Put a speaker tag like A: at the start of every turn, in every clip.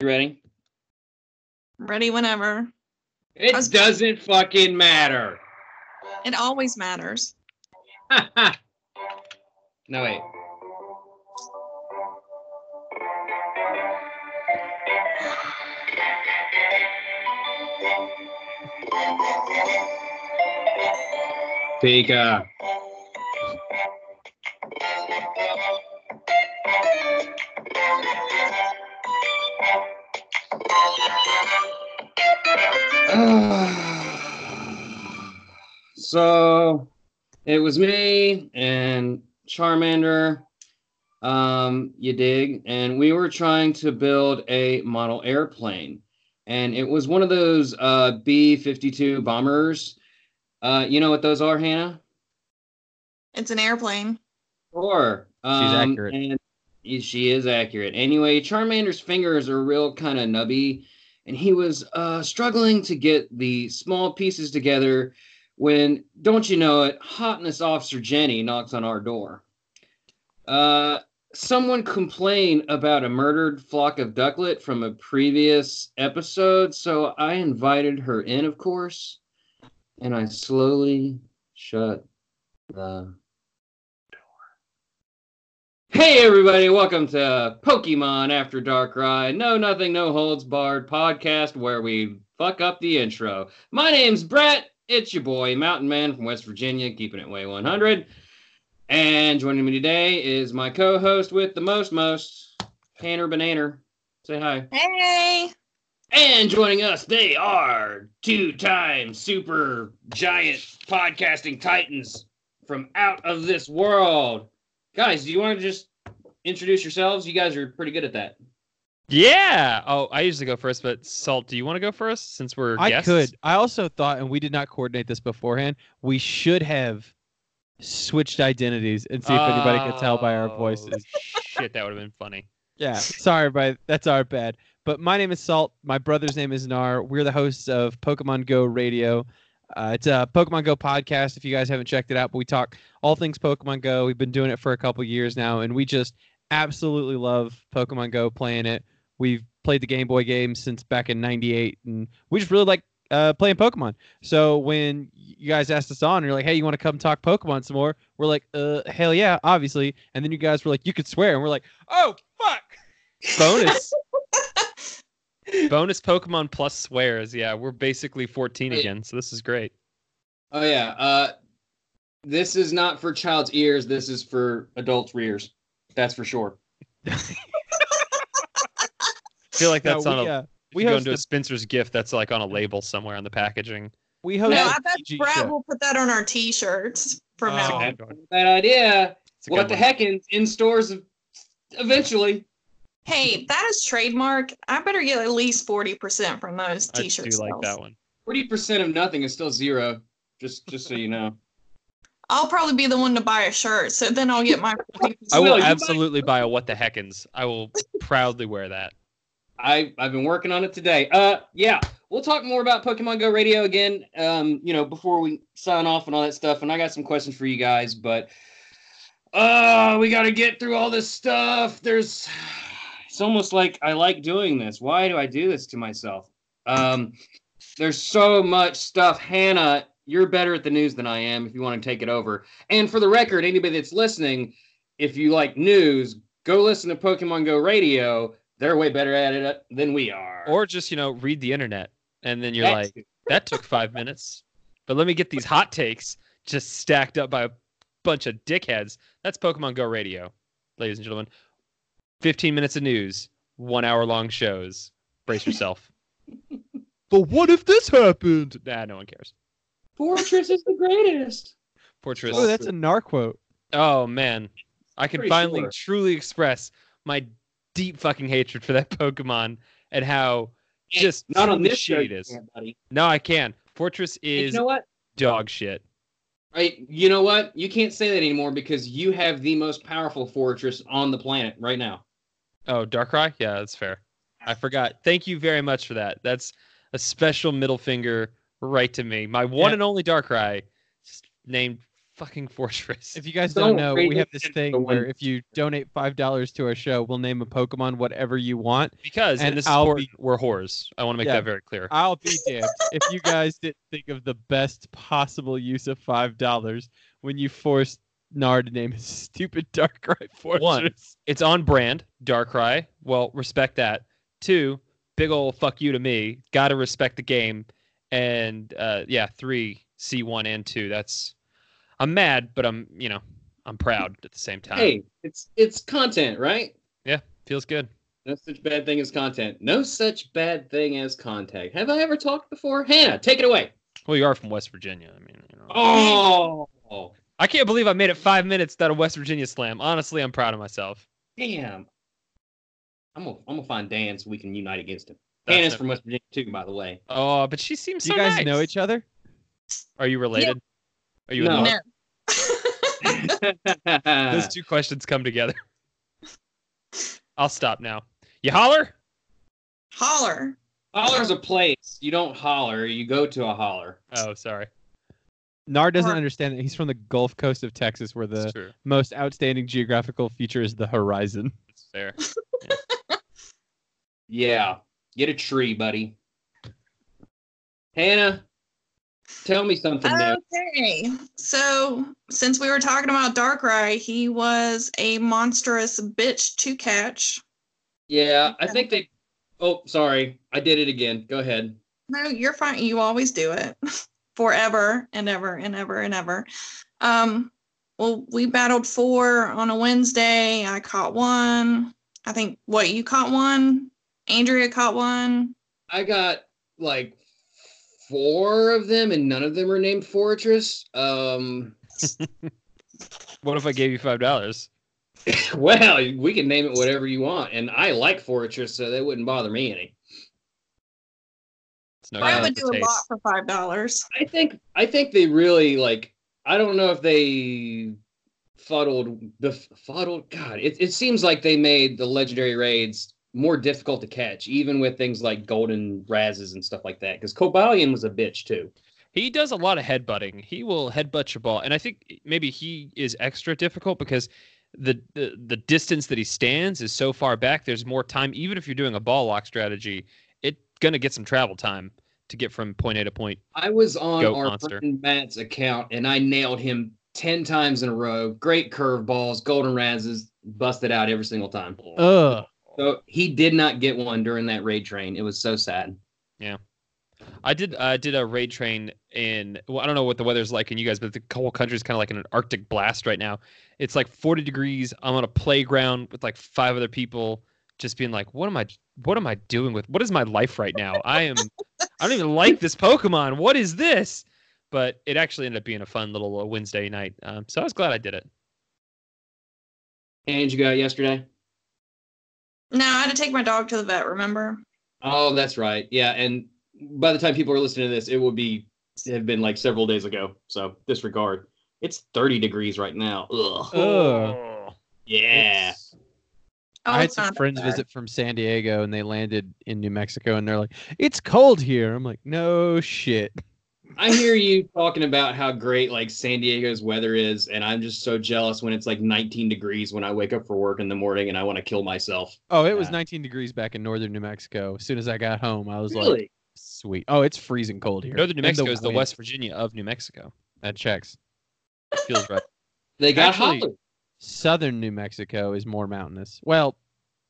A: You ready?
B: Ready whenever.
A: It
B: Husband.
A: doesn't fucking matter.
B: It always matters.
A: no wait. Pika. so it was me and Charmander. Um, you dig? And we were trying to build a model airplane, and it was one of those uh, B 52 bombers. Uh, you know what those are, Hannah?
B: It's an airplane.
A: Or um,
C: accurate.
A: And y- she is accurate. Anyway, Charmander's fingers are real kind of nubby, and he was uh, struggling to get the small pieces together when, don't you know it, hotness officer Jenny knocks on our door. Uh, someone complained about a murdered flock of ducklet from a previous episode, so I invited her in, of course, and I slowly shut the Hey everybody, welcome to Pokemon After Dark Ride. No nothing, no holds barred podcast where we fuck up the intro. My name's Brett. It's your boy Mountain Man from West Virginia, keeping it way 100. And joining me today is my co-host with the most most, Tanner Bananer. Say hi.
B: Hey.
A: And joining us, they are two-time super giant podcasting titans from out of this world. Guys, do you want to just introduce yourselves? You guys are pretty good at that.
C: Yeah. Oh, I usually go first, but Salt, do you want to go first since we're
D: I
C: guests?
D: could. I also thought, and we did not coordinate this beforehand. We should have switched identities and see if anybody could tell by our
C: Oh,
D: voices.
C: Shit, that would have been funny.
D: Yeah, sorry, but that's our bad. But my name is Salt. My brother's name is Nar. We're the hosts of Pokemon Go Radio. Uh, it's a Pokemon Go podcast. If you guys haven't checked it out, but we talk all things Pokemon Go. We've been doing it for a couple years now, and we just absolutely love Pokemon Go playing it. We've played the Game Boy game since back in '98, and we just really like uh, playing Pokemon. So when you guys asked us on, and you're like, "Hey, you want to come talk Pokemon some more?" We're like, "Uh, hell yeah, obviously." And then you guys were like, "You could swear," and we're like, "Oh fuck." bonus
C: Bonus Pokemon plus swears. Yeah, we're basically 14
A: Wait.
C: again, so this is great.
A: Oh yeah. Uh this is not for child's ears, this is for adults' rears. That's for sure.
C: I feel like
D: No,
C: that's
D: we,
C: on a.
D: uh,
C: we
D: we
C: go
D: host
C: into a
D: the-
C: Spencer's gift. That's like on a label somewhere on the packaging.
D: we
B: No,
D: host
B: I
D: the
B: bet
D: PG
B: Brad
D: show.
B: will put that on our t-shirts from
C: Oh,
B: now on.
C: God. It's
A: Bad idea.
C: a
A: what
C: good
A: the
C: one.
A: heck in, in stores eventually.
B: Hey, that is trademark. I better get at least 40% from those
C: I
B: t-shirt
C: do like
B: sales.
C: that one.
A: Forty percent of nothing is still zero. Just just so you know.
B: I'll probably be the one to buy a shirt, so then I'll get my 40%.
C: I
A: Will,
C: will
A: you might-
C: absolutely buy a what the heckins. I will proudly wear that.
A: I I've been working on it today. Uh, yeah, we'll talk more about Pokemon Go Radio again. Um, you know, before we sign off and all that stuff. And I got some questions for you guys, but uh, we got to get through all this stuff. There's, it's almost like I like doing this. Why do I do this to myself? Um, there's so much stuff. Hannah, you're better at the news than I am. If you want to take it over, and for the record, anybody that's listening, if you like news, go listen to Pokemon Go Radio. They're way better at it uh, than we are.
C: Or just, you know, read the internet. And then you're
A: That's-
C: like, that took five minutes. But let me get these hot takes just stacked up by a bunch of dickheads. That's Pokemon Go Radio, ladies and gentlemen. 15 minutes of news, one hour long shows. Brace yourself. but what if this happened? Nah, no one cares.
A: Fortress is the greatest.
C: Fortress.
D: Oh, that's a Nar quote.
C: Oh, man. I can
A: Pretty
C: finally
A: sure.
C: truly express my deep fucking hatred for that Pokemon and how just
A: Not on
C: truly
A: this show,
C: shitty it
A: you
C: is.
A: can't, buddy.
C: No, I can. Fortress
A: And
C: is
A: you know what?
C: dog shit.
A: Right, you know what? You can't say that anymore because you have the most powerful fortress on the planet right now.
C: Oh, Darkrai? Yeah, that's fair. I forgot. Thank you very much for that. That's a special middle finger right to me. My one
D: Yeah.
C: and only Darkrai, just named fucking fortress.
D: If you guys don't,
A: Don't
D: know,
A: rate
D: we
A: it
D: have this
A: just
D: thing
A: for
D: where
A: one.
D: if you donate five dollars to our show, we'll name a Pokemon whatever you want.
C: Because in
D: And
C: this
D: I'll
C: sport,
D: be-
C: we're whores. I want to make
D: Yeah.
C: that very clear.
D: I'll be damned if you guys didn't think of the best possible use of five dollars when you forced Nar to name his stupid Darkrai Fortress.
C: One. It's on brand, Darkrai. Well, respect that. Two, big ol' fuck you to me. Got to respect the game. And uh, yeah, three, C1 and two. That's, I'm mad, but I'm, you know, I'm proud at the same time.
A: Hey, it's it's content, right?
C: Feels good.
A: No such bad thing as content. No such bad thing as contact. Have I ever talked before? Hannah, take it away.
C: Well, you are from West Virginia. I mean, you know.
A: Oh,
C: I can't believe I made it five minutes without a West Virginia slam. Honestly, I'm proud of myself.
A: damn. I'm gonna I'm gonna find Dan so we can unite against him.
C: That's
A: Hannah's
C: it.
A: from West Virginia too, by the way.
C: Oh, but she seems
D: Do you
C: so
D: guys
C: nice.
D: know each other?
C: Are you related? Are you in
A: No.
C: love?
B: No.
C: Those two questions come together. I'll stop now. You holler?
B: Holler.
A: Holler's a place. You don't holler. You go to a holler.
C: Oh, sorry.
D: Nar doesn't
B: Or-
D: understand that he's from the Gulf Coast of Texas, where the
C: That's true.
D: most outstanding geographical feature is the horizon.
C: That's fair.
A: Yeah, get a tree, buddy. Hannah, tell me something
B: Um,
A: new.
B: Okay. So since we were talking about Darkrai, he was a monstrous bitch to catch.
A: Yeah, I think they. Oh, sorry, I did it again. Go ahead.
B: No, you're fine. You always do it forever and ever and ever and ever. Um, well, we battled four on a Wednesday. I caught one. I think what you caught one, Andrea caught one.
A: I got like four of them, and none of them are named Fortress. Um,
C: What if I gave you five dollars?
A: well, we can name it whatever you want, and I like Fortress, so that wouldn't bother me any.
C: It's no
B: I
A: Uh,
C: contest
B: would do
C: of
B: a
C: taste.
B: lot for five dollars.
A: I think I think they really like. I don't know if they fuddled the fuddled. God, it it seems like they made the legendary raids more difficult to catch, even with things like golden razzes and stuff like that. Because Cobalion was a bitch too.
C: He does a lot of headbutting. He will headbutt your ball, and I think maybe he is extra difficult because the, the the distance that he stands is so far back. There's more time, even if you're doing a ball lock strategy. It's gonna get some travel time to get from point A to point.
A: I was on
C: Goat
A: our
C: monster.
A: friend Matt's account and I nailed him ten times in a row. Great curveballs, golden razzes, busted out every single time.
D: Ugh.
A: So he did not get one during that raid train. It was so sad.
C: I did. I did a raid train in. Well, I don't know what the weather's like in you guys, but the whole country's kind of like in an Arctic blast right now. It's like 40 degrees. I'm on a playground with like five other people, just being like, "What am I? What am I doing with? What is my life right now? I am. I don't even like this Pokemon. What is this?" But it actually ended up being a fun little uh, Wednesday night. Um, so I was glad I did it.
A: And you got yesterday?
B: No, I had to take my dog to the vet. Remember?
A: Oh, that's right. Yeah, and by the time people are listening to this, it will be have been like several days ago. So disregard. It's 30 degrees right now. Ugh.
D: Ugh.
A: Yeah.
B: Oh,
D: I had
B: it's
D: some
B: not
D: friends
B: that bad.
D: visit from San Diego and they landed in New Mexico and they're like, it's cold here. I'm like, no shit.
A: I hear you talking about how great like San Diego's weather is, and I'm just so jealous when it's like 19 degrees when I wake up for work in the morning and I want to kill myself.
D: Oh, it was
A: Yeah.
D: 19 degrees back in northern New Mexico. As soon as I got home, I was like,
A: Really?
D: sweet. Oh, it's freezing cold here.
C: Northern New
D: And
C: Mexico is the
D: wind.
C: West Virginia of New Mexico.
D: That checks.
C: Feels right.
A: They got
D: Actually-
A: hotter.
D: Southern New Mexico is more mountainous. Well,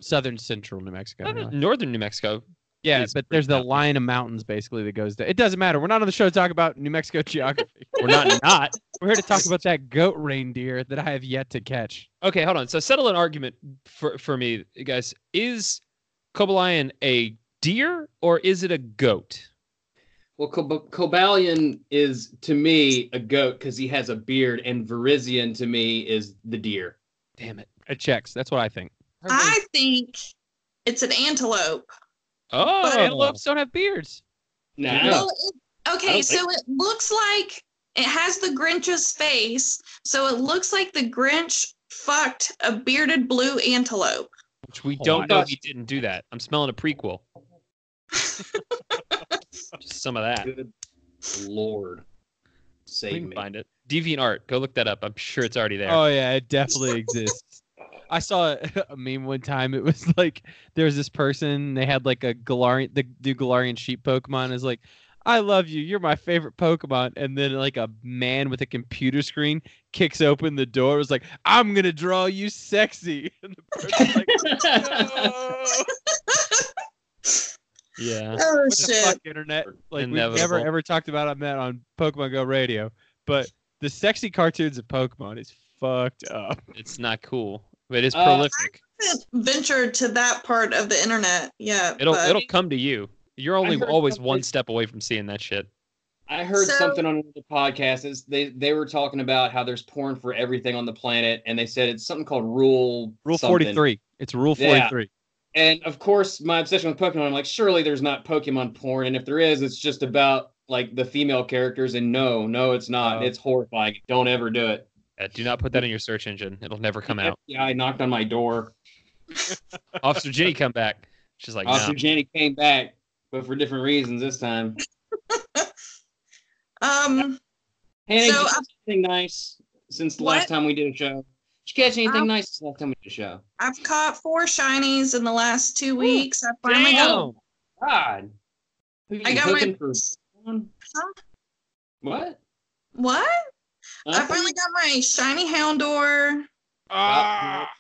D: southern central New Mexico. anyway.
C: Northern New Mexico.
D: Yeah,
C: is
D: but
C: pretty
D: there's the
C: mountainous.
D: line of mountains basically that goes down. It doesn't matter. We're not on the show to talk about New Mexico geography.
C: We're not not.
D: We're here to talk about that goat reindeer that I have yet to catch.
C: Okay, hold on. So settle an argument for for me, guys. Is Kobalion a deer or is it a goat?
A: Well, Cob- Cobalion is to me a goat because he has a beard, and Verizion to me is the deer.
C: Damn it.
D: It checks. That's what I think.
B: I think it's an antelope.
C: oh,
D: Antelopes don't have beards.
A: Now,
B: Well, it,
A: I
B: okay,
A: don't
B: so it looks like it has the Grinch's face, so it looks like the Grinch fucked a bearded blue antelope.
C: which we
D: Oh
C: don't
A: my
C: know.
A: gosh.
C: He didn't do that. I'm smelling a prequel. Just some of that.
A: good lord.
C: We
A: Save
C: can
A: me.
C: find it. Deviant Art. Go look that up. I'm sure it's already there.
D: Oh yeah, it definitely exists. I saw a- a meme one time. It was like there was this person. They had like a Galarian, the new Galarian sheep Pokemon is like, I love you. You're my favorite Pokemon. And then like a man with a computer screen kicks open the door. It was like, I'm gonna draw you sexy. And the person's like, "No."
C: yeah.
B: Oh
D: what the
B: shit!
D: fuck internet? Like we never
C: Inevitable.
D: ever talked about that on Pokemon Go Radio. But the sexy cartoons of Pokemon is fucked up.
C: It's not cool, but it's
A: Uh,
C: prolific.
B: I haven't ventured to that part of the internet yet.
C: It'll
B: but-
C: it'll come to you. You're only
A: heard
C: always
A: something-
C: one step away from seeing that shit.
A: I heard
B: So-
A: something on another podcast. Is they they were talking about how there's porn for everything on the planet, and they said it's something called Rule
D: Rule
A: something.
D: forty three. It's rule forty
A: Yeah.
D: three.
A: And of course, my obsession with Pokemon, I'm like, surely there's not Pokemon porn, and if there is, it's just about like the female characters. And no, no, it's not.
D: Oh.
A: It's horrifying. Don't ever do it.
C: Uh, do not put that in your search engine. It'll never come out.
A: Yeah, I knocked on my door.
C: Officer Ginny come back. She's like,
A: Officer
C: no.
A: Jenny Uh, came back, but for different reasons this time.
B: Um,
A: Hannah,
B: So,
A: did you catch
B: uh,
A: anything nice since the
B: What?
A: last time we did a show? Did you catch anything
B: Um,
A: nice since the last time we did a show?
B: I've caught four shinies in the last two weeks. I finally got.
A: Damn. God. Who
B: I
A: you
B: got my-
A: hooking for one?
B: Huh?
A: What?
B: What? I
A: Nothing?
B: finally got my shiny Houndor.
A: Ah.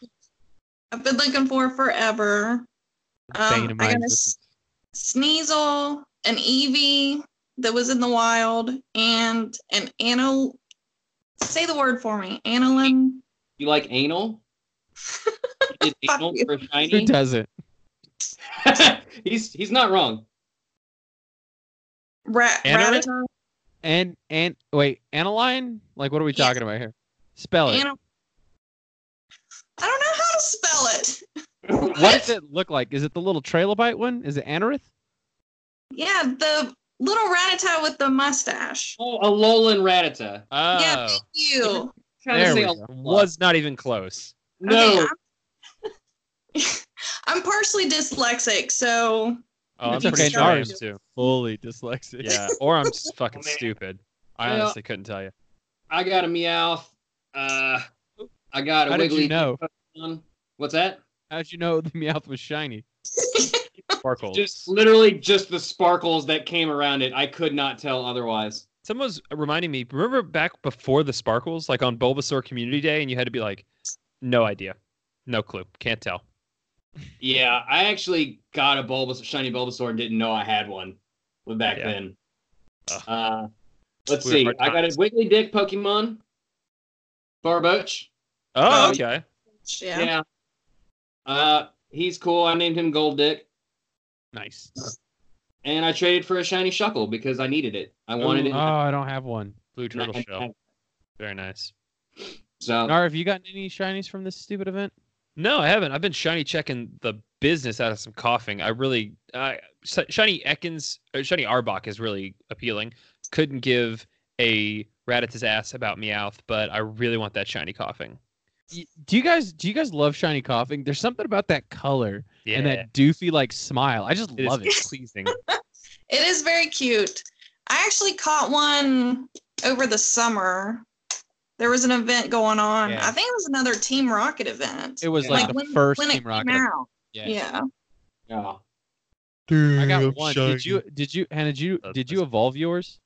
B: I've been looking for forever.
C: Oh, Bane
B: Um,
C: of my
B: I got a
C: existence.
B: s- Sneasel, an Eevee that was in the wild, and an Anil. Say the word for me, Anilin.
A: You like anal? You did
B: Fuck
A: anal
B: you.
A: for a
D: Who
A: shiny?
D: doesn't?
A: he's he's not wrong.
B: Rat.
C: Anarin?
B: Rattata.
D: And and wait, Aniline? Like what are we
B: Yeah.
D: talking about here? Spell it.
B: Anil- I don't know how to spell it.
D: what does it look like? Is it the little trilobite one? Is it Anorith?
B: Yeah, the little Rattata with the mustache.
A: Oh, Alolan Ratata.
C: Oh,
B: Yeah, thank you.
A: Trying
D: There
A: to say
D: we
A: a
D: go.
A: lot.
C: was not even close.
A: no.
B: Okay, I'm- I'm partially dyslexic, so
C: Oh,
D: It's
C: I'm pretty
D: okay,
C: sure I am
D: Nars.
C: too.
D: Fully dyslexic.
C: Yeah, or I'm just fucking
A: man.
C: stupid. I
A: Well,
C: honestly couldn't tell you.
A: I got a Meowth. Uh, I got a
D: How did
A: Wiggly.
D: you know?
A: What's that?
D: How did you know the Meowth was shiny?
C: Sparkle.
A: Just literally just the sparkles that came around it. I could not tell otherwise.
C: Someone was reminding me. Remember back before the sparkles, like on Bulbasaur Community Day, and you had to be like, no idea, no clue, can't tell.
A: Yeah, I actually got a Bulbas shiny Bulbasaur and didn't know I had one back
C: Yeah.
A: then.
C: Ugh.
A: Uh, let's
C: We were
A: see.
C: hard
A: I got a
C: times.
A: Wiggly Dick Pokemon. Barboach.
C: Oh,
B: Um,
C: okay.
A: Yeah.
B: yeah.
A: Uh, he's cool. I named him Gold Dick,
C: Nice.
A: and I traded for a shiny Shuckle because I needed it. I wanted
C: Ooh,
A: it.
D: Oh, I don't have one.
C: Blue
A: and I
C: turtle
A: didn't have
C: shell.
A: it.
C: Very nice.
A: So
D: Nar, have you gotten any shinies from this stupid event?
C: No, I haven't. I've been shiny checking the business out of some coughing. I really, I Sh- shiny Ekans, or shiny Arbok is really appealing. Couldn't give a Rattata's ass about Meowth, but I really want that shiny coughing.
D: Y- Do you guys do you guys love shiny coughing? There's something about that color
C: Yeah,
D: and that doofy like smile. I just
C: it is
D: love it.
C: pleasing.
B: It is very cute. I actually caught one over the summer. There was an event going on.
D: Yeah.
B: I think it was another Team Rocket event.
D: It was
A: Yeah.
D: like,
A: Like
D: the
B: when-
D: first
B: when it
D: Team
B: came
D: Rocket.
B: out.
D: Yeah.
B: Yeah.
A: yeah.
D: I
C: Mmm,
D: got one. Did you did you Hannah did you
C: That's
D: did you evolve yours?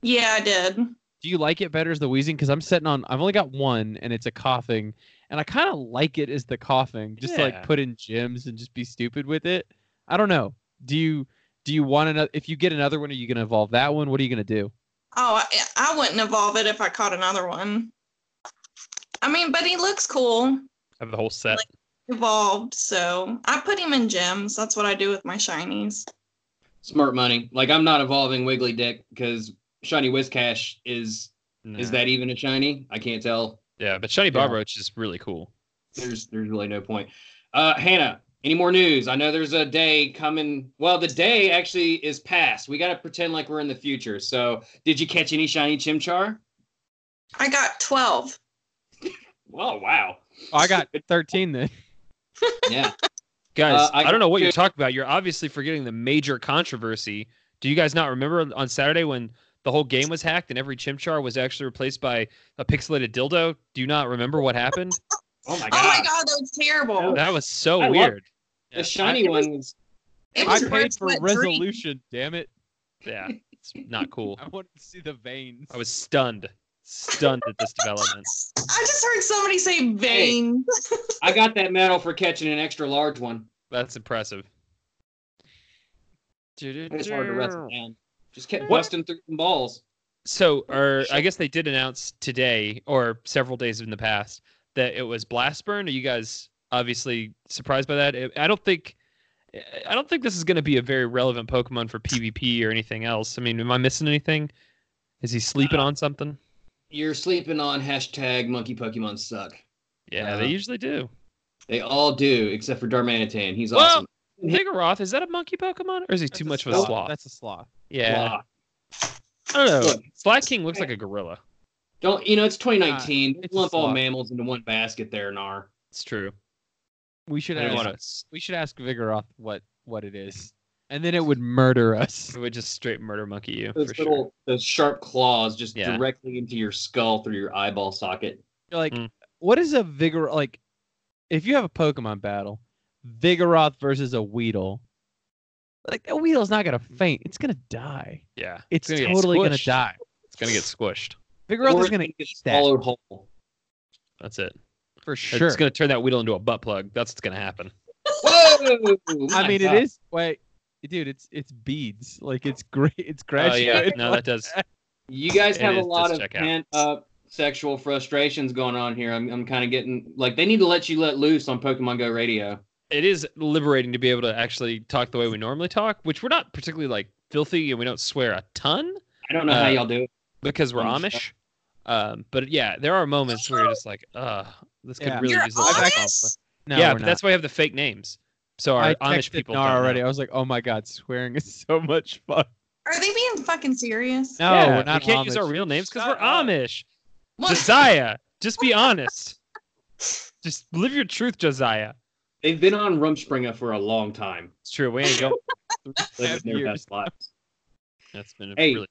B: Yeah, I did.
D: do you like it better as the wheezing? Because I'm sitting on, I've only got one, and it's a coughing, and I kind of like it as the coughing, just to
C: Yeah.
D: like put in gyms and just be stupid with it. I don't know. Do you do you want another? If you get another one, are you gonna evolve that one? What are you gonna do?
B: Oh, I, I wouldn't evolve it if I caught another one. I mean, but he looks cool
C: Have the whole set.
B: evolved, so I put him in gems. That's what I do with my shinies.
A: smart money. Like I'm not evolving Wiggly Dick because shiny Whiskash is
C: Nah.
A: is that even a shiny? I can't tell.
C: Yeah, but shiny
D: Yeah.
C: Barbroach is really cool.
A: There's there's really no point. Uh, Hannah, any more news? I know there's a day coming. Well, the day actually is past. We got to pretend like we're in the future. So, did you catch any shiny Chimchar?
B: I got 12.
A: Oh wow,
D: Oh, I got 13 then.
A: yeah.
C: Guys,
A: Uh, I
C: I,
A: got
C: don't know what
A: two.
C: you're talking about. You're obviously forgetting the major controversy. Do you guys not remember on Saturday when the whole game was hacked and every Chimchar was actually replaced by a pixelated dildo. Do you not remember what happened?
A: Oh my god.
B: Oh my god, that was terrible.
C: That was so
A: I love-
C: weird. Yeah,
A: The shiny one was
B: It
D: I
B: was
D: paid
B: worth
D: for
B: what dream.
D: resolution. Damn it!
C: yeah, it's not cool.
D: I wanted to see the veins.
C: I was stunned, stunned at this development.
B: I just heard somebody say vein.
A: I got that medal for catching an extra large one.
C: That's impressive.
A: I just wanted to wrestle down. Just kept
C: What?
A: busting through some balls.
C: So, or I guess they did announce today or several days in the past that it was Blastburn. Are you guys obviously surprised by that? I- I don't think, I don't think this is going to be a very relevant Pokemon for PvP or anything else. I mean, am I missing anything? Is he sleeping on something?
A: You're sleeping on hashtag monkey Pokemon suck.
C: Yeah,
A: Uh,
C: they usually do.
A: They all do, except for Darmanitan. He's
C: Well,
A: awesome.
C: Vigoroth, is that a monkey Pokemon or is he
D: That's
C: too much of a
D: sloth.
C: sloth?
D: That's a sloth.
C: yeah,
A: Blah.
C: I don't know.
A: Look.
C: Slack King looks like a gorilla.
A: Don't you know it's 2019.
D: it's a
A: lump all
D: slot.
A: mammals into one basket there, Nar.
C: It's true.
D: We should
C: I don't
D: ask.
C: want to.
D: We should ask Vigoroth what what it is, and then it would murder us.
C: It would just straight murder monkey you
A: Those
C: for
A: little
C: sure.
A: those sharp claws just
C: Yeah.
A: directly into your skull through your eyeball socket.
D: You're like,
C: Mm.
D: what is a vigor like? If you have a Pokemon battle, Vigoroth versus a Weedle, like a Weedle's not gonna faint. It's gonna die.
C: Yeah,
D: It's,
C: gonna get
D: totally gonna
C: squished.
D: die.
C: It's gonna get squished.
D: Vigoroth
A: Or
D: is gonna
A: it
D: eat
A: gets
D: that
A: swallowed whole.
C: That's it.
D: for sure.
C: It's gonna turn that wheel into a butt plug. That's what's gonna happen.
A: Whoa!
D: I mean, it is. Wait, dude, it's it's beads. Like it's great. It's
C: Oh
D: graduated.
C: yeah, no, that does.
A: You guys
C: It
A: have
C: is
A: a lot
C: just
A: of
C: check out.
A: pent up sexual frustrations going on here. I'm, I'm kind of getting like they need to let you let loose on Pokemon Go Radio.
C: It is liberating to be able to actually talk the way we normally talk, which we're not particularly like filthy, and we don't swear a ton
A: I don't know
C: Uh,
A: how y'all do it.
C: because we're
A: Understand.
C: Amish. Um, but yeah, there are moments where you're just like, "Ugh, this could
D: Yeah.
C: really
B: You're
C: use a little
D: Amish?
C: conflict."
D: no,
C: yeah,
D: we're
C: but
D: not.
C: that's why we have the fake names. So our Amish
D: I texted
C: people
D: Nara
C: don't know.
D: already. I was like, oh my god, swearing is so much fun.
B: Are they being fucking serious?
D: No,
C: yeah,
D: we're not
C: we can't use our
D: Amish.
C: real names because
D: Shut
C: we're
D: up.
C: Amish.
B: What?
C: Josiah, just be honest. Just live your truth, Josiah.
A: They've been on Rumspringa for a long time.
C: It's true. We ain't going.
A: Living their
D: years.
A: best lives.
C: That's been a
A: Hey.
C: really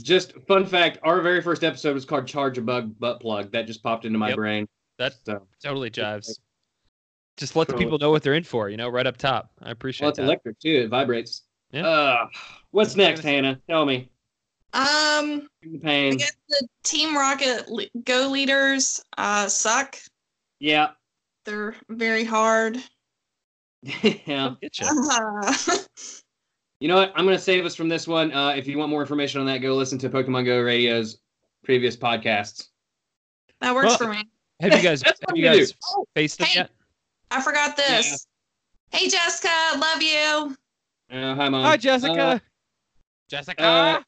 A: Just fun fact: our very first episode was called "Charge a Bug Butt Plug." That just popped into my
C: Yep.
A: brain.
C: That-
A: so,
C: totally jives. Just let the
A: So
C: people know what they're in for, you know, right up top. I appreciate
A: well, it's
C: that.
A: electric too. It vibrates.
C: Yeah.
A: Uh, what's next,
D: gonna-
A: Hannah? Tell me.
B: Um,
A: Bring the
B: I
A: pain.
B: guess the Team Rocket le- Go leaders uh, suck.
A: Yeah.
B: They're very hard.
A: yeah.
C: Get ya.
B: Uh,
A: You know what? I'm going to save us from this one. Uh, if you want more information on that, go listen to Pokemon Go Radio's previous podcasts.
B: that works
C: Well-
B: for me.
C: Have you guys
A: That's
C: have
A: what
C: you
A: we do. Oh,
C: guys faced it
B: Hey.
C: yet?
B: I forgot this. Hey, Jessica, love you.
A: Uh, hi, Mom.
D: Hi, Jessica.
A: Uh,
D: Jessica.
A: uh,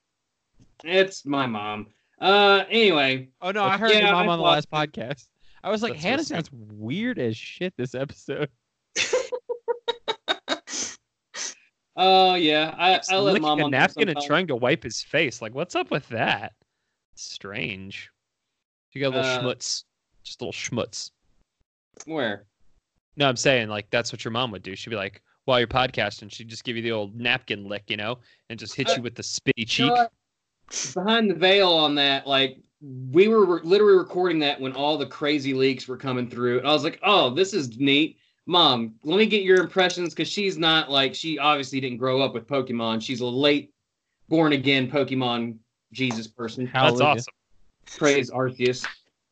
A: it's my mom. Uh, anyway,
D: oh no, I
A: okay,
D: heard your
A: yeah,
D: mom
A: I
D: on the last
A: lost
D: podcast. I was like,
C: That's
D: Hannah
C: what's up.
D: sounds weird as shit this episode.
A: oh yeah, I, I let
C: Licking
A: mom
C: a
A: on there
C: napkin and
A: sometimes.
C: trying to wipe his face. Like, what's up with that? Strange. You got a little
A: Uh,
C: schmutz. Just a little schmutz.
A: Where?
C: No, I'm saying like that's what your mom would do. She'd be like, while you're podcasting, she'd just give you the old napkin lick, you know, and just hit
A: Uh,
C: you with the spitty
A: You
C: cheek.
A: know what? Behind the veil on that, like we were re- literally recording that when all the crazy leaks were coming through, and I was like, "Oh, this is neat." Mom, let me get your impressions because she's not like she obviously didn't grow up with Pokemon. She's a late born again Pokemon Jesus person.
C: that's
D: Hallelujah.
C: awesome.
A: Praise Arceus.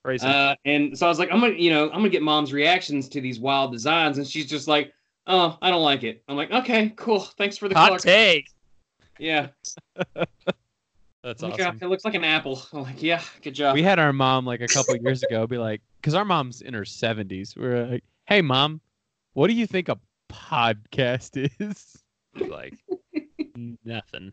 C: Crazy.
A: Uh, and so I was like, I'm gonna, you know, I'm gonna get mom's reactions to these wild designs, and she's just like, "Oh, I don't like it." I'm like, "Okay, cool, thanks for the
C: Hot
A: clarif-
C: take.
A: Yeah,
C: That's
A: Look,
C: awesome.
A: it looks like an apple. I'm like, "Yeah, good job."
D: We had our mom like a couple years ago be like, because our mom's in her seventies. We're like, hey mom, what do you think a podcast is?
C: like nothing.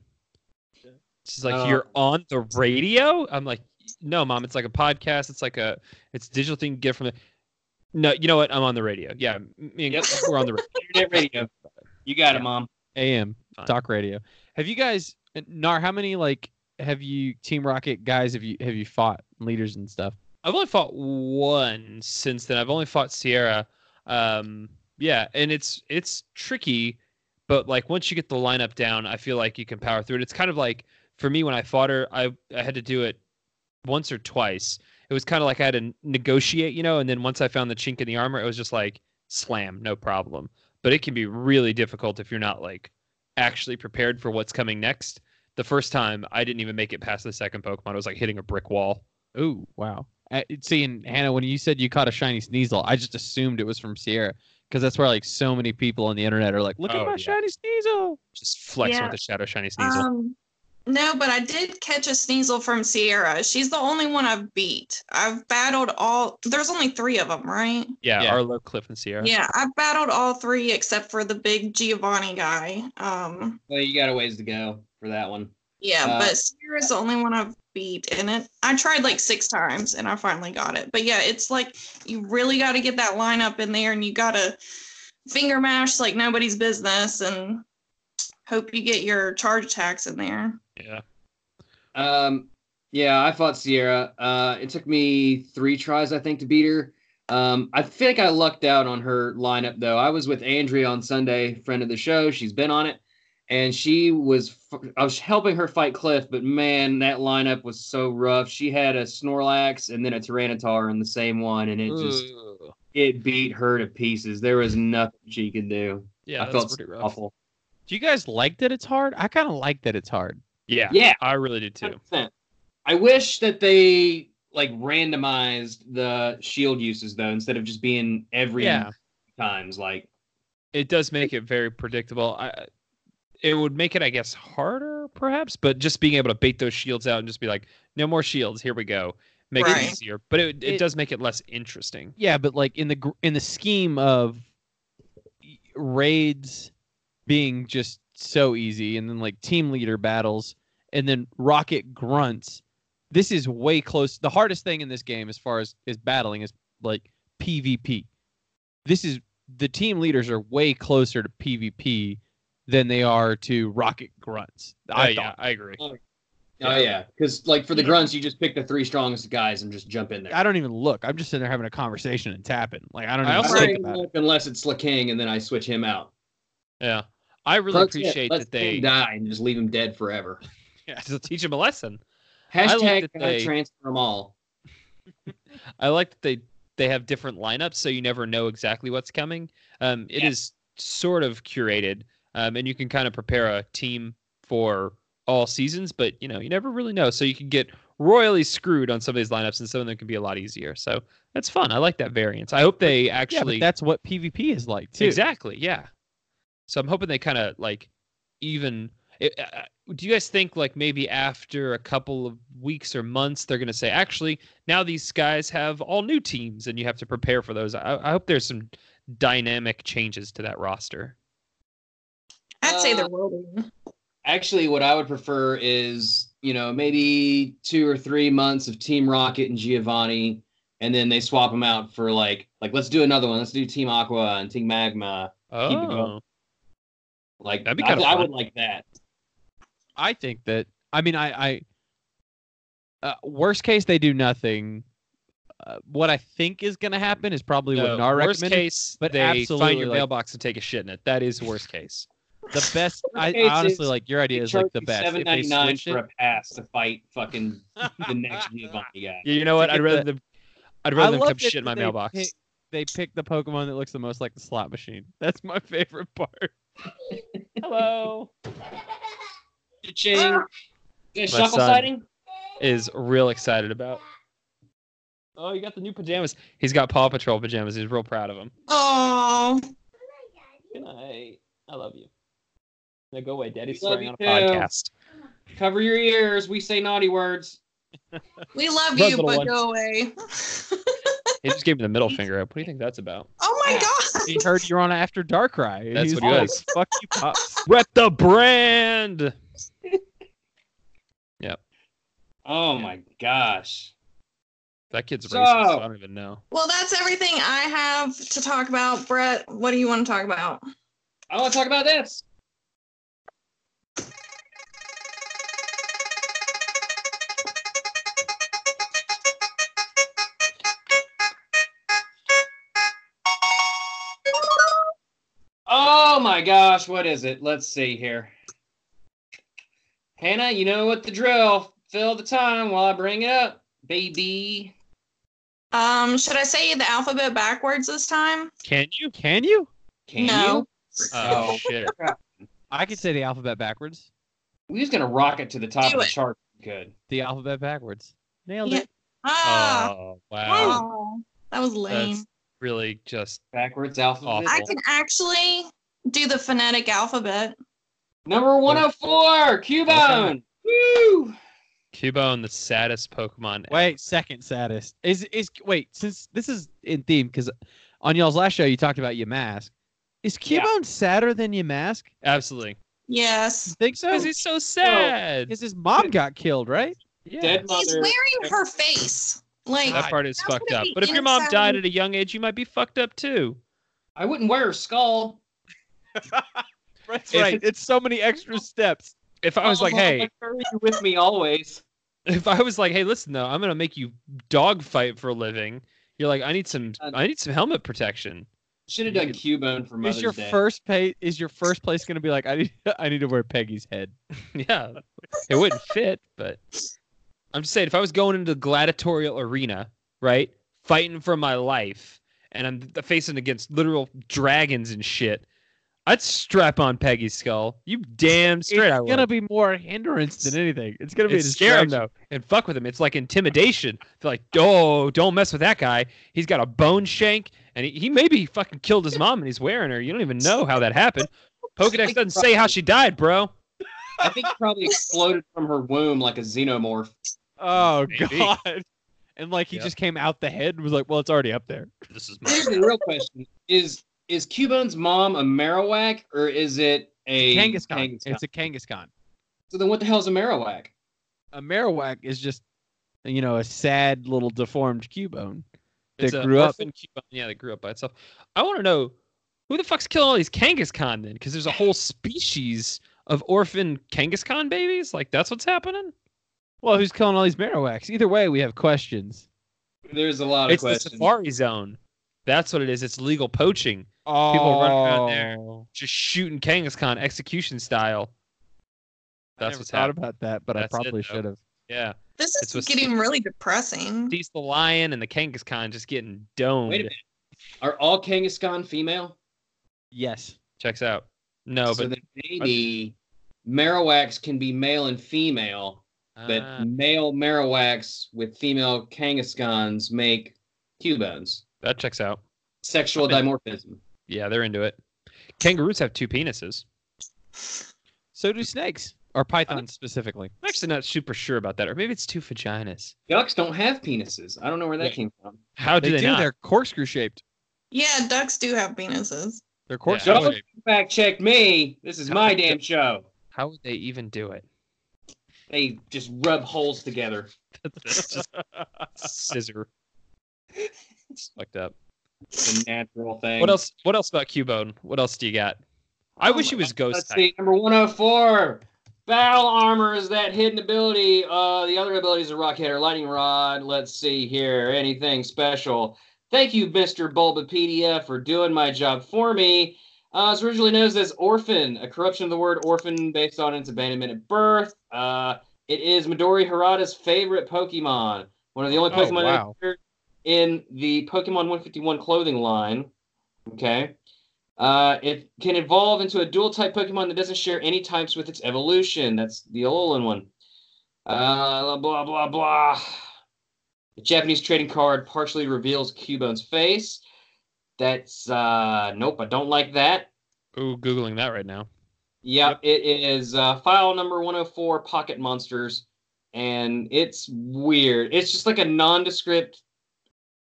C: She's like,
A: Oh.
C: you're on the radio. I'm like, no, mom. It's like a podcast. It's like a, it's a digital thing. You get from the. No, you know what? I'm on the radio. Yeah, m- me and
A: Yep.
C: we're on the radio.
A: Internet radio. You got it,
C: Yeah.
A: mom.
D: AM
C: Fine.
D: talk radio. Have you guys Nar, how many like have you Team Rocket guys have you have you fought leaders and stuff?
C: I've only fought one since then. I've only fought Sierra. Um, yeah, and it's it's tricky, but like once you get the lineup down, I feel like you can power through it. It's kind of like for me when I fought her, I I had to do it once or twice. It was kind of like I had to negotiate, you know. And then once I found the chink in the armor, it was just like slam, no problem. But it can be really difficult if you're not like actually prepared for what's coming next. The first time, I didn't even make it past the second Pokemon. It was like hitting a brick wall.
D: Ooh, wow. Uh, seeing Hannah, when you said you caught a shiny Sneasel, I just assumed it was from Sierra because that's where like so many people on the internet are like, "Look
C: Oh,
D: at my
C: yeah.
D: shiny Sneasel."
C: Just flexing
B: Yeah.
C: with the Shadow Shiny Sneasel.
B: Um, no, but I did catch a Sneasel from Sierra. She's the only one I've beat. I've battled all. There's only three of them, right?
C: yeah,
D: yeah.
C: Arlo, Cliff, and Sierra.
B: Yeah, I've battled all three except for the big Giovanni guy. Um,
A: Well, you got a ways to go for that one.
B: yeah,
A: Uh,
B: but Sierra's the only one I've beat in it. I tried like six times and I finally got it. But yeah, it's like you really got to get that lineup in there and you got to finger mash like nobody's business and hope you get your charge attacks in there.
C: Yeah.
A: Um, yeah, I fought Sierra. Uh, it took me three tries, I think, to beat her. Um, I think I lucked out on her lineup though. I was with Andrea on Sunday, friend of the show. She's been on it, and she was. f- I was helping her fight Cliff, but man, that lineup was so rough. She had a Snorlax and then a Tyranitar in the same one, and it just
C: Ugh.
A: it beat her to pieces. There was nothing she could do.
C: yeah,
A: I
C: that's
A: felt
C: pretty rough.
A: awful.
D: Do you guys like that it's hard? I kind of like that it's hard.
C: Yeah,
A: Yeah.
C: I really do too.
A: 100%. I wish that they like randomized the shield uses though, instead of just being every
C: Yeah.
A: times. Like,
C: It does make it very predictable. I, it would make it, I guess, harder perhaps, but just being able to bait those shields out and just be like, no more shields, here we go, make
B: Right.
C: it easier. But it, it
D: It-
C: does make it less interesting.
D: Yeah, but like in the gr- in the scheme of raids being just so easy, and then like team leader battles, and then rocket grunts. This is way close. The hardest thing in this game, as far as is battling, is like PvP. This is the team leaders are way closer to PvP than they are to rocket grunts.
C: Oh,
D: I
C: yeah,
D: thought.
C: I agree.
A: oh yeah, because like for the
B: Yeah.
A: grunts, you just pick the three strongest guys and just jump in there.
D: I don't even look. I'm just sitting there having a conversation and tapping. Like I don't
C: I
D: even
C: also-
D: think
A: even
D: about it.
A: look unless it's Laking, and then I switch him out.
C: Yeah. I really
A: Let's-
C: appreciate
A: let's
C: that they
A: him die and just leave him dead forever.
C: yeah, to teach him a lesson. I like
A: Hashtag
C: that
A: gotta
C: they-
A: transfer them all.
C: I like that they they have different lineups, so you never know exactly what's coming. Um, it is
A: Yeah.
C: sort of curated, um, and you can kind of prepare a team for all seasons, but you know you never really know. So you can get royally screwed on some of these lineups, and some of them can be a lot easier. So that's fun. I like that variance. I hope they
D: Yeah, but
C: actually
D: that's what PvP is like too.
C: exactly yeah. So I'm hoping they kind of like even. It, uh, do you guys think like maybe after a couple of weeks or months they're going to say actually now these guys have all new teams and you have to prepare for those? I, I hope there's some dynamic changes to that roster.
B: I'd say
A: Uh,
B: the rolling.
A: Actually, what I would prefer is, you know, maybe two or three months of Team Rocket and Giovanni, and then they swap them out for like, like let's do another one. Let's do Team Aqua and Team Magma. it going.
C: Oh,
A: Like
C: That'd
A: That'd
C: be
A: be
C: kinda
A: I, I
C: fun.
A: would like that.
D: I think that I mean I I uh, worst case they do nothing. Uh, what I think is going to happen is probably
C: no,
D: what Nar
C: worst
D: recommended.
C: case,
D: but
C: they
D: absolutely,
C: find your
D: like-
C: mailbox and take a shit in it. That is worst case.
D: The best, I, I
A: case
D: honestly
A: is
D: like your idea is like the best. If
A: Seven
D: they
A: ninety nine
D: switched
A: for
D: it,
A: a pass to fight fucking the next Giovanni guy.
C: You know what? I'd
D: get
C: rather
D: the-
C: them. I'd
D: I
C: rather them
D: love
C: come
D: that
C: shit in my
D: they
C: mailbox.
D: pick- they pick the Pokemon that looks the most like the slot machine. That's my favorite part. Hello.
A: Cha-ching.
B: Ah.
A: You got
C: My
A: shuffle
C: son.
A: siding?
C: is real excited about. Oh, you got the new pajamas. He's got Paw Patrol pajamas. He's real proud of them.
B: Oh,
C: Good night. I love you. Now go away. Daddy's
A: We love
C: swearing
A: you
C: on a
A: too.
C: podcast.
A: Cover your ears. We say naughty words.
B: we love
C: Love
B: you,
C: little
B: but
C: one.
B: go away.
C: He just gave me the middle finger up. What do you think that's about?
B: oh my god.
D: He heard you're on After Darkrai. and
C: That's
D: he's
C: what he
D: like,
C: was.
D: Fuck you, pops.
C: Rep the brand.
A: Oh
C: Yeah.
A: my gosh.
C: That kid's
A: So-
C: racist. so I don't even know.
B: Well, that's everything I have to talk about. Brett, what do you want to talk about?
A: I want to talk about this. Oh my gosh, what is it? Let's see here. Hannah, you know what the drill. Fill the time while I bring it up, baby.
B: Um, should I say the alphabet backwards this time?
C: Can you?
D: Can you?
A: Can
B: no.
A: you?
C: Oh
A: Oh.
C: shit.
D: I could say the alphabet backwards.
A: We was gonna rock it to the top
B: Do
A: of the
B: it.
A: chart. if we Could.
D: The alphabet backwards. Nailed
B: Yeah.
D: it.
B: Ah,
C: Oh wow.
B: wow. that was lame.
C: That's really just
A: Backwards alphabet.
B: I
C: awful.
B: can actually do the phonetic alphabet.
A: Number 104, Cubone. Woo!
C: Cubone, the saddest Pokemon. ever.
D: Wait, second saddest is is wait since this is in theme because on y'all's last show you talked about Yamask. Is
A: Yeah.
D: Cubone sadder than Yamask?
C: Absolutely.
B: Yes.
D: Think Oh, so?
C: Because he's so sad.
D: Because his mom got killed, right?
C: yeah.
A: Dead
B: He's
A: mother.
B: wearing her face. Like
C: That part is
B: That's
C: fucked
B: gonna
C: up.
B: be
C: But if your mom
B: inside.
C: died at a young age, you might be fucked up too.
A: I wouldn't wear a skull.
D: That's
C: If-
D: It's so many extra steps.
C: If I
B: Oh
C: was like, hey,
A: carry you with me always.
C: if I was like, hey, listen though, I'm gonna make you dog fight for a living. You're like, I need some,
D: Uh,
A: Um,
C: I need some helmet protection.
A: Should have done Cubone for Mother's
D: Is your
A: Day.
D: first pay? Is your first place going to be like I need? I need to wear Peggy's head.
C: yeah, it wouldn't fit, but I'm just saying, if I was going into the gladiatorial arena, right, fighting for my life, and I'm th- facing against literal dragons and shit, I'd strap on Peggy's skull. You damn straight,
D: it's
C: I would.
D: gonna be more hindrance than anything. It's gonna be
C: It's
D: a
C: scare him
D: distraction.
C: though, and fuck with him. It's like intimidation. They're like, oh, don't mess with that guy. He's got a bone shank, and he, he maybe fucking killed his mom, and he's wearing her. You don't even know how that happened. Pokedex doesn't say how she died, bro.
A: I think it probably exploded from her womb like a xenomorph.
D: Oh
C: Maybe.
D: god! And like he
C: Yep.
D: just came out the head and was like, "Well, it's already up there."
C: This is
A: Here's the real question: Is is Cubone's mom a Marowak or is it a
D: Kangaskhan.
A: Kangaskhan?
D: It's a Kangaskhan.
A: So then, what the hell's a Marowak?
D: A Marowak is just, you know, a sad little deformed Cubone. that
C: a
D: grew up-
C: orphan Cubone. Yeah, that grew up by itself. I want to know who the fuck's killing all these Kangaskhan then? Because there's a whole species of orphan Kangaskhan babies. Like that's what's happening.
D: Well, who's killing all these Marowaks? Either way, we have questions.
A: There's a lot of
C: It's the
A: questions.
C: Safari Zone. That's what it is. It's legal poaching,
D: Oh,
C: running around there. just shooting Kangaskhan execution style. That's what's
D: thought
C: happening.
D: about that, but
C: That's it,
D: I probably
C: though.
D: should have.
C: yeah,
B: this
C: It's
B: is
C: with-
B: getting really depressing.
C: Cease the lion and the Kangaskhan just getting domed.
A: Wait a minute. Are all Kangaskhan female?
D: Yes.
C: Checks out. No,
A: so
C: but
A: then maybe Marowaks can be male and female, but
C: Ah,
A: male Marowaks with female Kangaskans make Cubones.
C: that checks out.
A: Sexual
C: I
A: dimorphism.
C: Yeah, they're into it. Kangaroos have two penises.
D: So do snakes or pythons specifically.
C: I'm actually not super sure about that, or maybe it's two vaginas.
A: Ducks don't have penises. I don't know where that came from.
C: How do they, not?
D: They're corkscrew shaped.
B: Yeah, ducks do have penises.
D: They're corkscrew
C: corkscrew
A: Don't
D: shaped.
A: fact check me. This is my damn show.
C: How would they even do it?
A: They just rub holes together.
C: That's just scissor. It's fucked up.
A: It's a natural thing.
C: What else? What else about Cubone? What else do you got? I
B: Oh
C: wish
B: my
C: he was ghost
A: Um, Let's
C: type.
A: see. Number 104. Battle armor is that hidden ability. Uh, the other abilities are rocket or lightning rod. Let's see here. Anything special? Thank you, Mr. Bulbapedia, for doing my job for me. Uh, it's originally known as Orphan, a corruption of the word orphan based on its abandonment at birth. Uh, it is Midori Harada's favorite Pokemon. One of the only
D: Oh,
A: Pokemon
D: wow.
A: in the Pokemon 151 clothing line. Okay. Uh, it can evolve into a dual type Pokemon that doesn't share any types with its evolution. That's the Alolan one. Uh, blah, blah, blah. The Japanese trading card partially reveals Cubone's face. That's, uh, nope, I don't like that.
C: Ooh, googling that right now.
A: Yep, it is uh, file number 104 Pocket Monsters, and it's weird. It's just like a nondescript.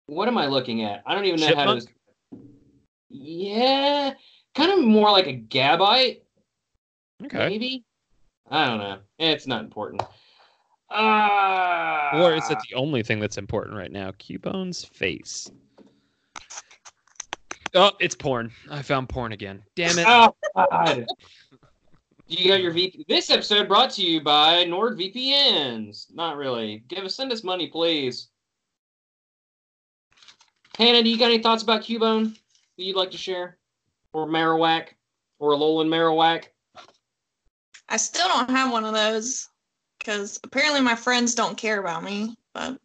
A: What am I looking at? I don't even know how to.
C: Chipmunk?
A: Yeah, kind of more like a Gabite,
C: Okay.
A: maybe. I don't know. It's not important. Uh,
C: Or is it the only thing that's important right now? Cubone's face. Oh, it's porn. I found porn again. Damn it.
A: Oh, God. You got your VP. This episode brought to you by NordVPNs. Not really. Give us send us money, please. Hannah, do you got any thoughts about Cubone that you'd like to share, or Marowak, or Alolan Marowak?
B: I still don't have one of those because apparently my friends don't care about me. But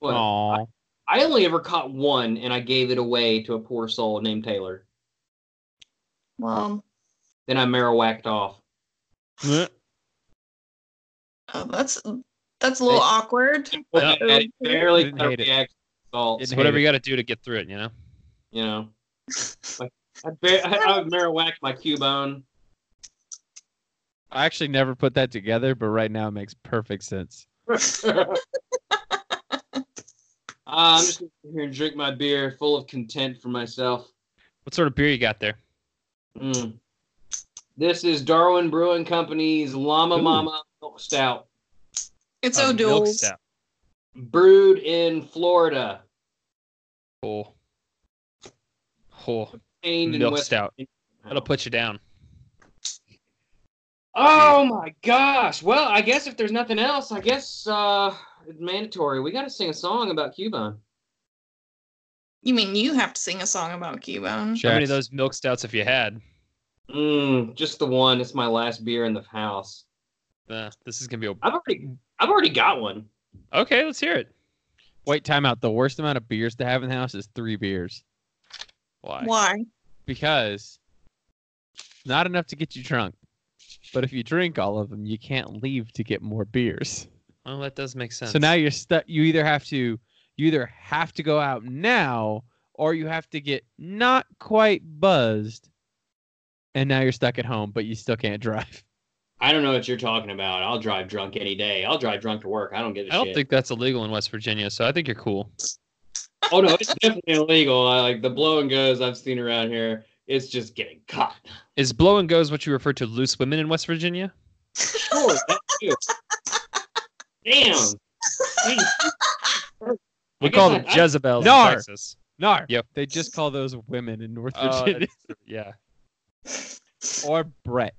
A: What?
D: Aw.
A: I only ever caught one, and I gave it away to a poor soul named Taylor.
B: well,
A: Then I marowhacked off.
B: uh, that's that's a little
A: Hey.
B: awkward.
C: Yeah.
A: I barely
D: Didn't hate it.
A: 30 acts of assault,
C: It's
D: Didn't
C: whatever
D: hate
C: you got to do to get through it, you know?
A: you know. Like, I, bar- I, I would marowhack my Cubone.
D: I actually never put that together, but right now it makes perfect sense.
A: uh, I'm just gonna sit here and drink my beer, full of content for myself.
C: What sort of beer you got there?
A: Mm. This is Darwin Brewing Company's Llama
D: Ooh.
A: Mama Milk Stout,
B: It's
C: A
B: so
C: Uh, Oh, milk
B: dual.
C: stout.
A: brewed in Florida,
C: Cool. Cool.
A: contained in
C: Milk
A: West
C: stout. That'll
A: Virginia.
C: put you down.
A: Oh my gosh! Well, I guess if there's nothing else, I guess uh, it's mandatory. We got to sing a song about Cubone.
B: You mean you have to sing a song about Cubone?
C: How many of those milk stouts have you had?
A: Mm, just the one. It's my last beer in the house.
C: Uh, this is gonna be a...
A: I've already, I've already got one.
C: okay. Let's hear it.
D: Wait, time out. The worst amount of beers to have in the house is three beers
C: Why?
B: Why?
D: because not enough to get you drunk. But if you drink all of them, you can't leave to get more beers.
C: Well, that does make sense.
D: So now you're stuck. You either have to, you either have to go out now, or you have to get not quite buzzed, and now you're stuck at home, but you still can't drive.
A: I don't know what you're talking about. I'll drive drunk any day. I'll drive drunk to work. I don't give a
C: I don't
A: shit.
C: think that's illegal in West Virginia, so I think you're cool.
A: oh no, it's definitely illegal. I, like the blow and goes I've seen around here. It's just getting caught.
C: Is blow and goes what you refer to loose women in West Virginia?
A: Sure, that too. Damn. Jeez. I
C: We
A: guess
C: call
A: I-
C: them
A: I-
C: Jezebels
D: Nar.
C: in Texas.
D: No.
C: Yep.
D: They just call those women in North
C: Uh,
D: Virginia
C: that's- yeah.
D: or Brett.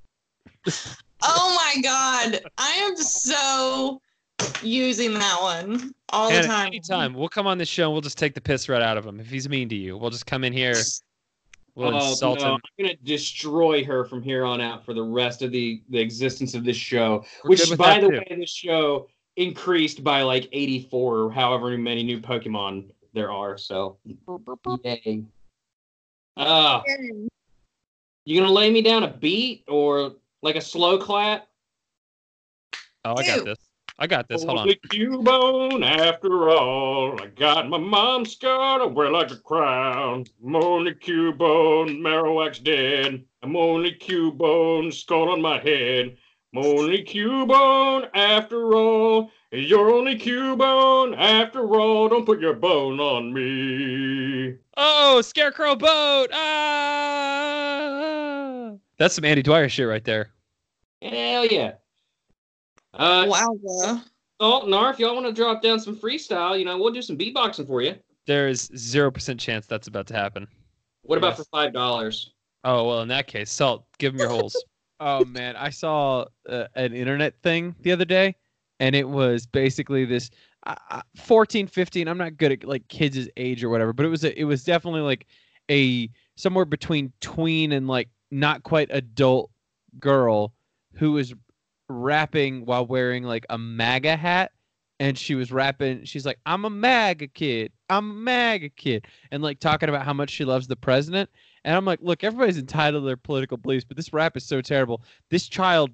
B: Oh my God! I am so using that one all the
C: Hannah,
B: time.
C: Anytime. We'll come on this show and we'll just take the piss right out of him. If he's mean to you, we'll just come in here. We'll
A: Oh,
C: insult
A: no,
C: him.
A: I'm gonna destroy her from here on out for the rest of the the existence of this show.
C: We're good
A: which,
C: with
A: by
C: that,
A: the
C: too.
A: way, this show increased by like 84 or however many new Pokemon there are. So, yay. Uh, you gonna lay me down a beat or like a slow clap?
C: Oh, I got
B: Ew.
C: this. I got this. Hold
A: Oh,
C: on.
A: The Cubone, after all, I got my mom scarred away like a crown. I'm only Cubone, Marowak's dead. I'm only Cubone, skull on my head. I'm only Cubone, after all. You're only Cubone, after all. Don't put your bone on me.
C: Oh, Scarecrow boat. Ah! That's some Andy Dwyer shit right there.
A: Hell yeah. Uh,
B: Wowza!
A: Salt and Arf, y'all want to drop down some freestyle? You know, we'll do some beatboxing for you.
C: There is 0% chance that's about to happen.
A: What about
C: Yes.
A: for five dollars?
C: Oh, well, in that case, Salt, give him your holes.
D: Oh man, I saw uh, an internet thing the other day, and it was basically this uh, uh, 14, 15. I'm not good at like kids' age or whatever, but it was a, it was definitely like a somewhere between tween and like not quite adult girl who was rapping while wearing like a MAGA hat, and she was rapping. She's like, "I'm a MAGA kid. I'm a MAGA kid," and like talking about how much she loves the president. And I'm like, look, everybody's entitled to their political beliefs, but this rap is so terrible. This child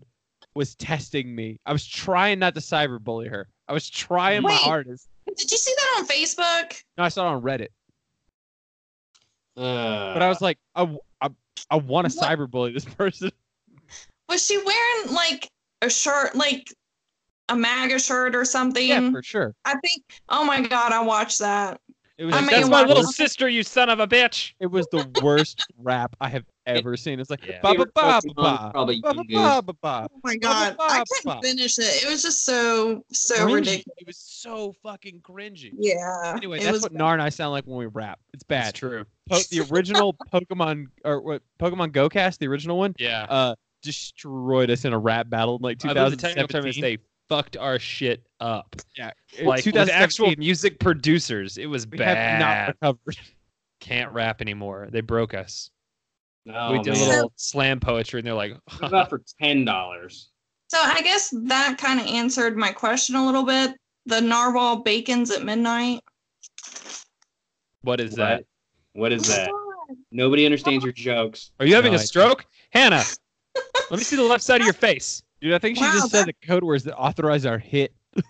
D: was testing me. I was trying not to cyberbully her. I was trying my
B: Wait.
D: hardest.
B: Did you see that on Facebook?
D: No, I saw it on Reddit,
A: Uh,
D: but I was like, I, I, I want to
B: What?
D: cyberbully this person.
B: Was she wearing like a shirt, like a MAGA shirt or something?
D: Yeah, for sure.
B: I think. Oh my God! I watched that.
D: It was,
B: I
D: like,
B: mean,
D: that's
B: why
D: my
B: not?
D: little,
C: sister, you son of a bitch.
D: it was the worst rap I have ever seen. It's like,
C: Yeah.
D: ba ba
A: Favorite
D: ba
A: Pokemon's
D: ba ba.
A: Probably
D: Ba ba ba
A: Yugas.
D: ba ba.
B: Oh my God! I
D: Ba-ba-ba-ba.
B: couldn't finish it. It was just so so
D: Cringy.
B: ridiculous.
D: It was so fucking cringy.
B: Yeah.
D: Anyway,
B: it
D: that's
B: was
D: what Nar and I sound like when we rap. It's bad.
C: That's true.
D: po- the original Pokemon or what Pokemon Go Cast, the original one,
C: Yeah.
D: uh, destroyed us in a rap battle in like
C: I believe the technical term is
D: 2017.
C: they fucked our shit up.
D: Yeah,
C: Like, with
D: 2017,
C: actual music producers, it was
D: we
C: bad.
D: have not recovered.
C: Can't rap anymore. They broke us.
A: Oh,
C: we did a
A: man.
C: little slam poetry, and they're like,
A: What about for ten dollars?
B: So I guess that kind of answered my question a little bit. The narwhal bacons at midnight.
C: What is that?
A: What
B: Oh
A: is that? Nobody understands your jokes.
C: Are you having
D: No
C: a
D: idea.
C: stroke, Hannah? let me see the left side of your face.
D: Dude, I think she
B: Wow,
D: just said the code words that authorize our hit. I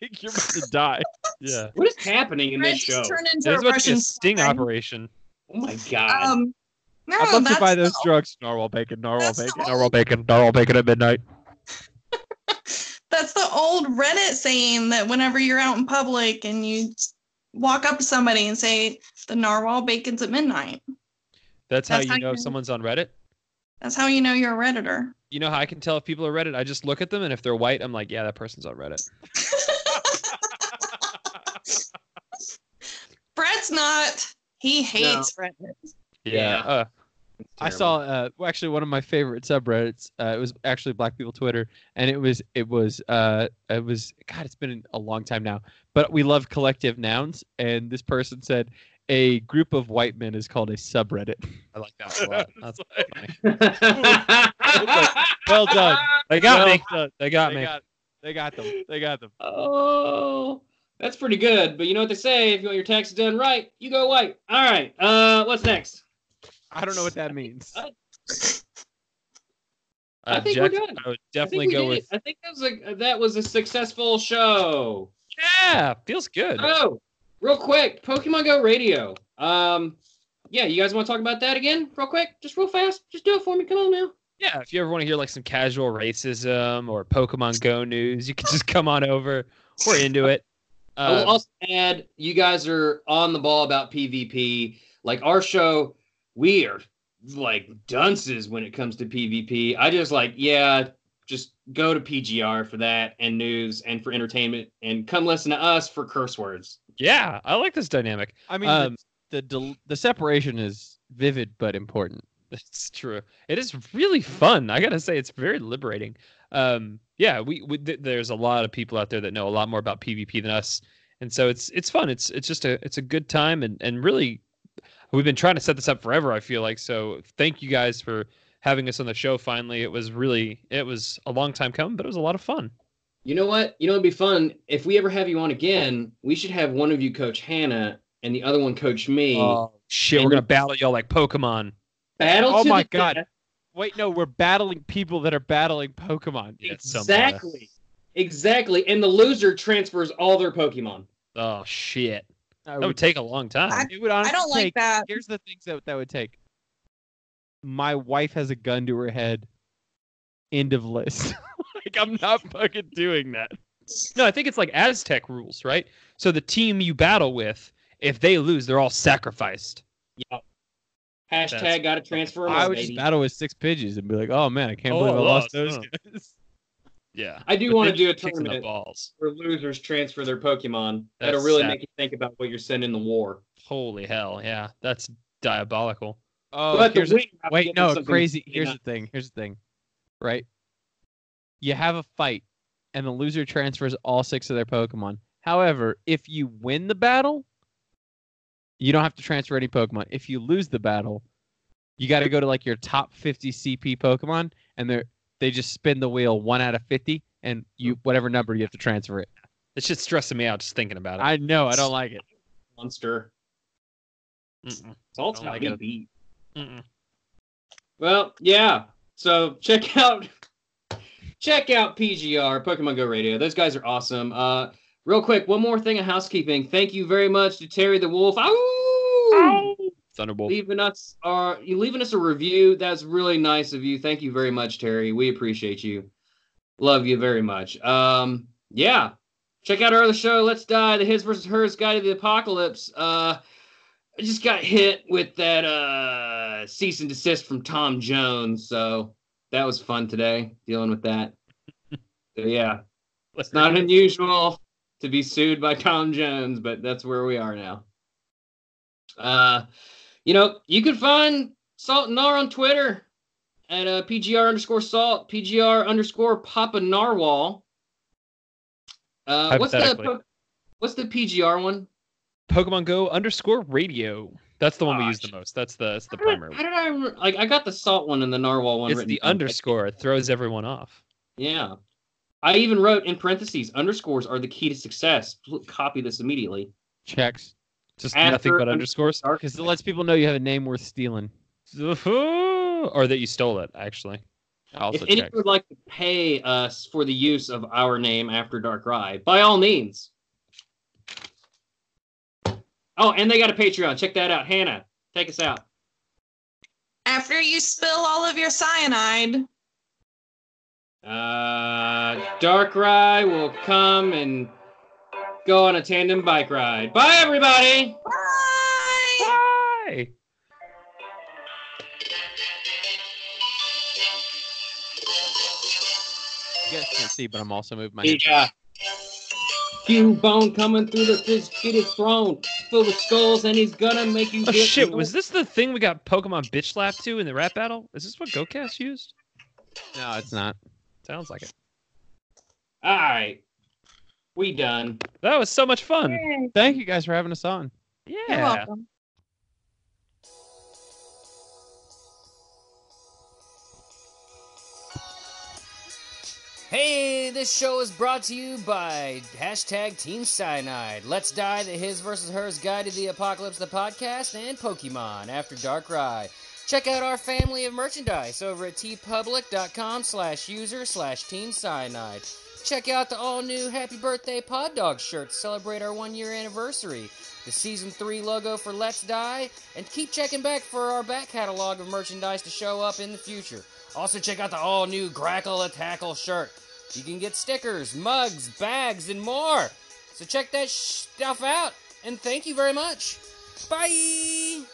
D: think you're about to die.
C: Yeah,
A: What is happening in this
B: Fred's
A: show?
B: turned into
C: there's
B: a
C: about to be
B: Russian
C: a sting
B: spy.
C: operation.
A: Oh my god.
B: Um, no,
D: I'd love
B: that's
D: to buy those
B: the-
D: drugs. Narwhal bacon, narwhal
B: that's the
D: bacon.
B: whole-
C: Narwhal bacon, narwhal bacon at midnight.
B: That's the old Reddit saying that whenever you're out in public and you s- walk up to somebody and say the narwhal bacon's at midnight,
C: That's how
B: That's how
C: you know
B: you-
C: if someone's on Reddit.
B: that's how you know you're a redditor.
C: You know how I can tell if people are Reddit? I just look at them, and if they're white, I'm like, yeah, that person's on Reddit.
B: Brett's not. He hates Reddit.
A: Yeah.
C: Uh,
D: I saw uh, well, actually one of my favorite subreddits. Uh, it was actually Black People Twitter, and it was it was uh, it was God. It's been a long time now, but we love collective nouns. And this person said a group of white men is called a subreddit.
C: I like that a lot. Oh, That's funny.
D: Well done.
C: They got
D: Well
C: me. They got
D: they
C: me.
D: got they got them. They got them.
A: oh, that's pretty good. But you know what they say: if you want your taxes done right, you go white. All right. Uh, what's next?
D: I don't know what that means.
A: I
C: Uh,
A: think
C: Jack-
A: we're done.
C: I
A: I
C: would
A: think
C: definitely
A: we
C: go
A: did it.
C: with.
A: I think that was a that was a successful show.
C: Yeah, feels good.
A: Oh, real quick, Pokemon Go Radio. Um, yeah, you guys want to talk about that again, real quick, just real fast, just do it for me. Come on now.
C: Yeah, if you ever want to hear like some casual racism or Pokemon Go news, you can just come on over. We're into it.
A: I will
C: Uh,
A: also add, you guys are on the ball about PvP. Like our show, we are like dunces when it comes to PvP. I just like, yeah, just go to PGR for that and news and for entertainment and come listen to us for curse words.
C: yeah, I like this dynamic.
D: I mean,
C: Um,
D: the the, del- the separation is vivid but important.
C: That's true. It is really fun. I gotta say, it's very liberating. Um, yeah, we, we th- there's a lot of people out there that know a lot more about PvP than us, and so it's it's fun. It's it's just a it's a good time, and and really, we've been trying to set this up forever. I feel like so. Thank you guys for having us on the show. Finally, it was really it was a long time coming, but it was a lot of fun.
A: You know what? You know, it'd be fun if we ever have you on again. We should have one of you coach Hannah and the other one coach me.
C: shit,
A: and-
C: we're gonna battle y'all like Pokemon.
A: Battle.
D: Oh
A: to
D: my
A: the
D: God.
A: death.
D: Wait, no, we're battling people that are battling Pokemon.
C: Yeah, it's somewhere.
A: Exactly. Exactly. And the loser transfers all their Pokemon.
C: Oh shit,
D: I
C: that would
D: would,
C: take a long time.
D: it would honestly
B: I don't like
D: take-
B: that.
D: Here's the things that that would take. My wife has a gun to her head. End of list. like I'm not fucking doing that.
C: No, I think it's like Aztec rules, right? So the team you battle with, if they lose, they're all sacrificed. That's-
A: Hashtag got to transfer 'em
D: I
A: all,
D: would
A: baby.
D: just battle with six pigeons and be like, oh man, I can't
C: Oh,
D: believe I
C: I
D: lost
C: lost,
D: those
C: huh."
D: guys.
C: Yeah.
A: I do
C: But
A: want to
C: then
A: do a
C: kicks in the
A: tournament
C: balls.
A: where losers transfer their Pokemon.
C: That's
A: That'll really
C: sad.
A: make you think about what you're sending the war.
C: Holy hell, yeah, that's diabolical.
D: Oh,
A: But the
D: here's a-
A: winner has to
D: wait,
A: give us
D: no,
A: something
D: crazy.
A: to
D: Here's
A: not-
D: the thing. Here's the thing. Right? You have a fight, and the loser transfers all six of their Pokemon. However, if you win the battle, you don't have to transfer any Pokemon. If you lose the battle, you got to go to like your top 50 CP Pokemon, and they are they just spin the wheel one out of 50, and you whatever number you have to transfer it.
C: It's just stressing me out just thinking about it.
D: I know, I don't like it.
A: monster.
C: Mm-mm,
A: It's all
C: Don't
D: Oh
A: time
C: like
A: we
C: it.
A: beat.
C: mm-mm.
A: Well, yeah. So check out check out PGR Pokemon Go Radio. Those guys are awesome. Uh, real quick, one more thing of housekeeping. Thank you very much to Terry the Wolf. Ow!
C: Thunderbolt.
A: Leaving us our you leaving us a review. That's really nice of you. Thank you very much, Terry. We appreciate you. Love you very much. Um, yeah. Check out our other show, Let's Die, the His versus Hers Guide to the Apocalypse. Uh I just got hit with that uh cease and desist from Tom Jones, so that was fun today, dealing with that. so yeah. It's not unusual to be sued by Tom Jones, but that's where we are now. Uh you know, you can find Salt and Nar on Twitter at uh, PGR underscore salt, PGR underscore Papa Narwhal. Uh, what's the
C: Hypothetically.
A: po- what's the PGR one?
C: Pokemon Go underscore radio. That's the one we use the
A: Gosh.
C: most. That's the that's the
A: How did,
C: primary.
A: how did I remember- like? I got the salt one and the narwhal one.
C: It's
A: written
C: the
A: down.
C: underscore. It throws everyone off.
E: Yeah. I even wrote in parentheses underscores are the key to success. Pl- Copy this immediately.
D: Checks.
C: Just
E: After
C: nothing but
E: under-
C: underscores.
D: Because it lets people know you have a name worth stealing.
C: or that you stole it, actually. I
E: If
C: also
E: anyone
C: checked.
E: would like to pay us for the use of our name after Dark Ride, by all means. Oh, and they got a Patreon. Check that out. Hannah, take us out.
B: After you spill all of your cyanide,
E: Uh, Dark Ride will come and go on a tandem bike ride. Bye, everybody.
B: bye.
C: Bye.
D: You guys can't see, but I'm also moving my hand.
E: Yeah. Q bone coming through the fist, get his throne filled with skulls, and he's gonna make you.
C: Oh
E: get
C: shit!
E: no-
C: Was this the thing we got Pokemon bitch slapped to in the rap battle? Is this what GoCast used?
D: No, it's not.
C: Sounds like it.
E: All right, we done.
C: That was so much fun.
D: Thank you guys for having us on.
C: Yeah.
B: You're welcome.
A: Hey, this show is brought to you by hashtag Team Cyanide. Let's Die, the His versus Hers Guide to the Apocalypse, the podcast, and Pokemon After Dark Ride. Check out our family of merchandise over at tpublic.com slash user slash Team Cyanide. Check out the all-new Happy Birthday Pod Dog shirt to celebrate our one-year anniversary, the Season 3 logo for Let's Die, and keep checking back for our back catalog of merchandise to show up in the future. Also, check out the all-new Grackle a Tackle shirt. You can get stickers, mugs, bags, and more. So check that sh- stuff out. And thank you very much. Bye.